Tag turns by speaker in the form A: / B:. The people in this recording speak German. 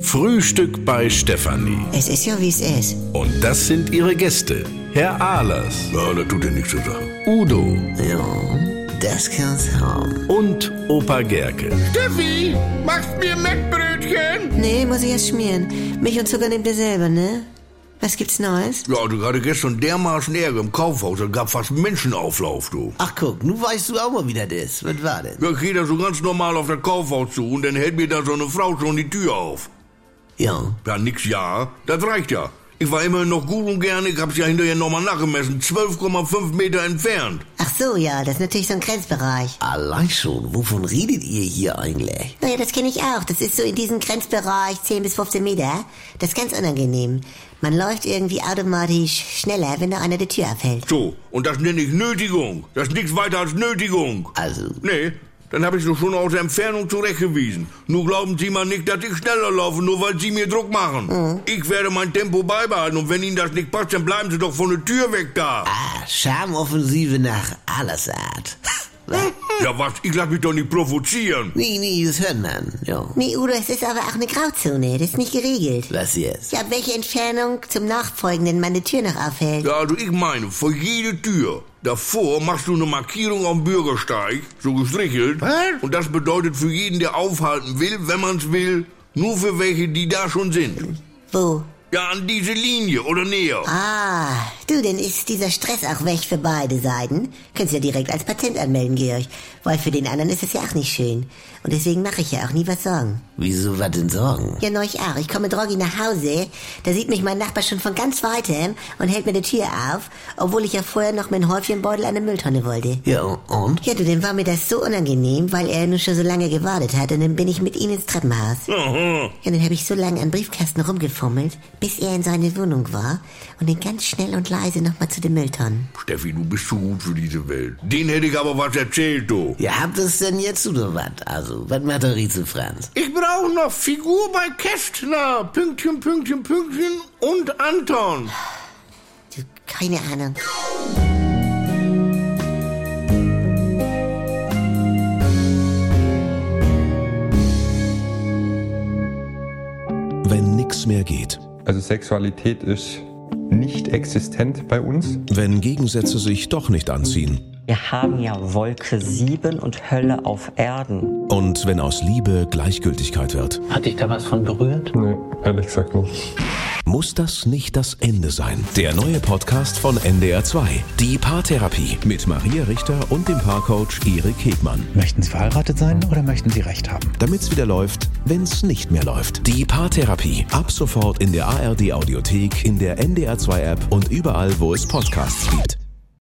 A: Frühstück bei Stefanie.
B: Es ist ja, wie es ist.
A: Und das sind ihre Gäste. Herr Ahlers,
C: Ja, das tut dir nichts zu sagen.
A: Udo
B: Ja, das kann's haben.
A: und Opa Gerke.
D: Steffi, machst mir Mettbrötchen?
B: Nee, muss ich erst schmieren. Milch und Zucker nehmt ihr selber, ne? Was gibt's Neues?
C: Ja, du gerade gestern dermaßen Ärger im Kaufhaus, da gab fast Menschenauflauf, du.
E: Ach guck, nun weißt du auch mal, wie das ist. Was war denn?
C: Ja, ich geh da so ganz normal auf das Kaufhaus zu und dann hält mir da so eine Frau schon die Tür auf.
E: Ja.
C: Ja, nix ja, das reicht ja. Ich war immerhin noch gut und gerne, ich hab's ja hinterher nochmal nachgemessen, 12,5 Meter entfernt.
B: Ach so, ja, das ist natürlich so ein Grenzbereich.
E: Allein schon, wovon redet ihr hier eigentlich?
B: Naja, das kenne ich auch. Das ist so in diesem Grenzbereich 10 bis 15 Meter. Das ist ganz unangenehm. Man läuft irgendwie automatisch schneller, wenn da einer die Tür abhält.
C: So, und das nenne ich Nötigung. Das ist nichts weiter als Nötigung.
E: Also,
C: Nee, dann hab ich doch schon aus der Entfernung zurechtgewiesen. Nur glauben Sie mal nicht, dass ich schneller laufe, nur weil Sie mir Druck machen. Ich werde mein Tempo beibehalten und wenn Ihnen das nicht passt, dann bleiben Sie doch von der Tür weg da.
E: ah, Schamoffensive nach Allersart.
C: Ja, was? Ich lass mich doch nicht provozieren.
E: nee, nee, das hört man. Ja.
B: Nee, Udo, es ist aber auch eine Grauzone. Das ist nicht geregelt.
E: Was jetzt?
B: Ja, ab welche Entfernung zum Nachfolgenden meine Tür noch aufhält.
C: Ja, also ich meine, vor jede Tür. Davor machst du eine Markierung am Bürgersteig, so gestrichelt.
E: Was?
C: Und das bedeutet für jeden, der aufhalten will, wenn man's will, nur für welche, die da schon sind.
B: Wo?
C: Ja, an diese Linie oder näher.
B: Ah, du, dann ist dieser Stress auch weg für beide Seiten. Könntest ja direkt als Patent anmelden, Georg. Weil für den anderen ist es ja auch nicht schön. Und deswegen mache ich ja auch nie was Sorgen.
E: Wieso was denn Sorgen?
B: Ja, neulich auch. Ich komme droggy nach Hause, da sieht mich mein Nachbar schon von ganz weitem und hält mir die Tür auf, obwohl ich ja vorher noch mein Häufchenbeutel an der Mülltonne wollte.
E: Ja, und?
B: Ja, du, dann war mir das so unangenehm, weil er nun schon so lange gewartet hat und dann bin ich mit ihm ins Treppenhaus.
C: Aha.
B: Ja, dann habe ich so lange an Briefkasten rumgefummelt, bis er in seine Wohnung war und dann ganz schnell und leise nochmal zu den Mülltonnen.
C: Steffi, du bist zu gut für diese Welt. Den hätte ich aber was erzählt, du.
E: Ja, habt ihr's denn jetzt oder was? Also, was macht der Riese Franz?
C: Ich brauche noch Figur bei Kästner. Pünktchen, Pünktchen, Pünktchen und Anton.
B: Du, keine Ahnung.
F: Wenn nix mehr geht.
G: Also Sexualität ist nicht existent bei uns.
F: Wenn Gegensätze sich doch nicht anziehen.
H: Wir haben ja Wolke 7 und Hölle auf Erden.
F: Und wenn aus Liebe Gleichgültigkeit wird.
I: Hat dich da was von berührt?
G: Nee, ehrlich gesagt nicht.
F: Muss das nicht das Ende sein? Der neue Podcast von NDR2. Die Paartherapie mit Maria Richter und dem Paarcoach Erik Hegmann.
I: Möchten Sie verheiratet sein oder möchten Sie Recht haben?
F: Damit's wieder läuft, wenn's nicht mehr läuft. Die Paartherapie. Ab sofort in der ARD Audiothek, in der NDR2 App und überall, wo es Podcasts gibt.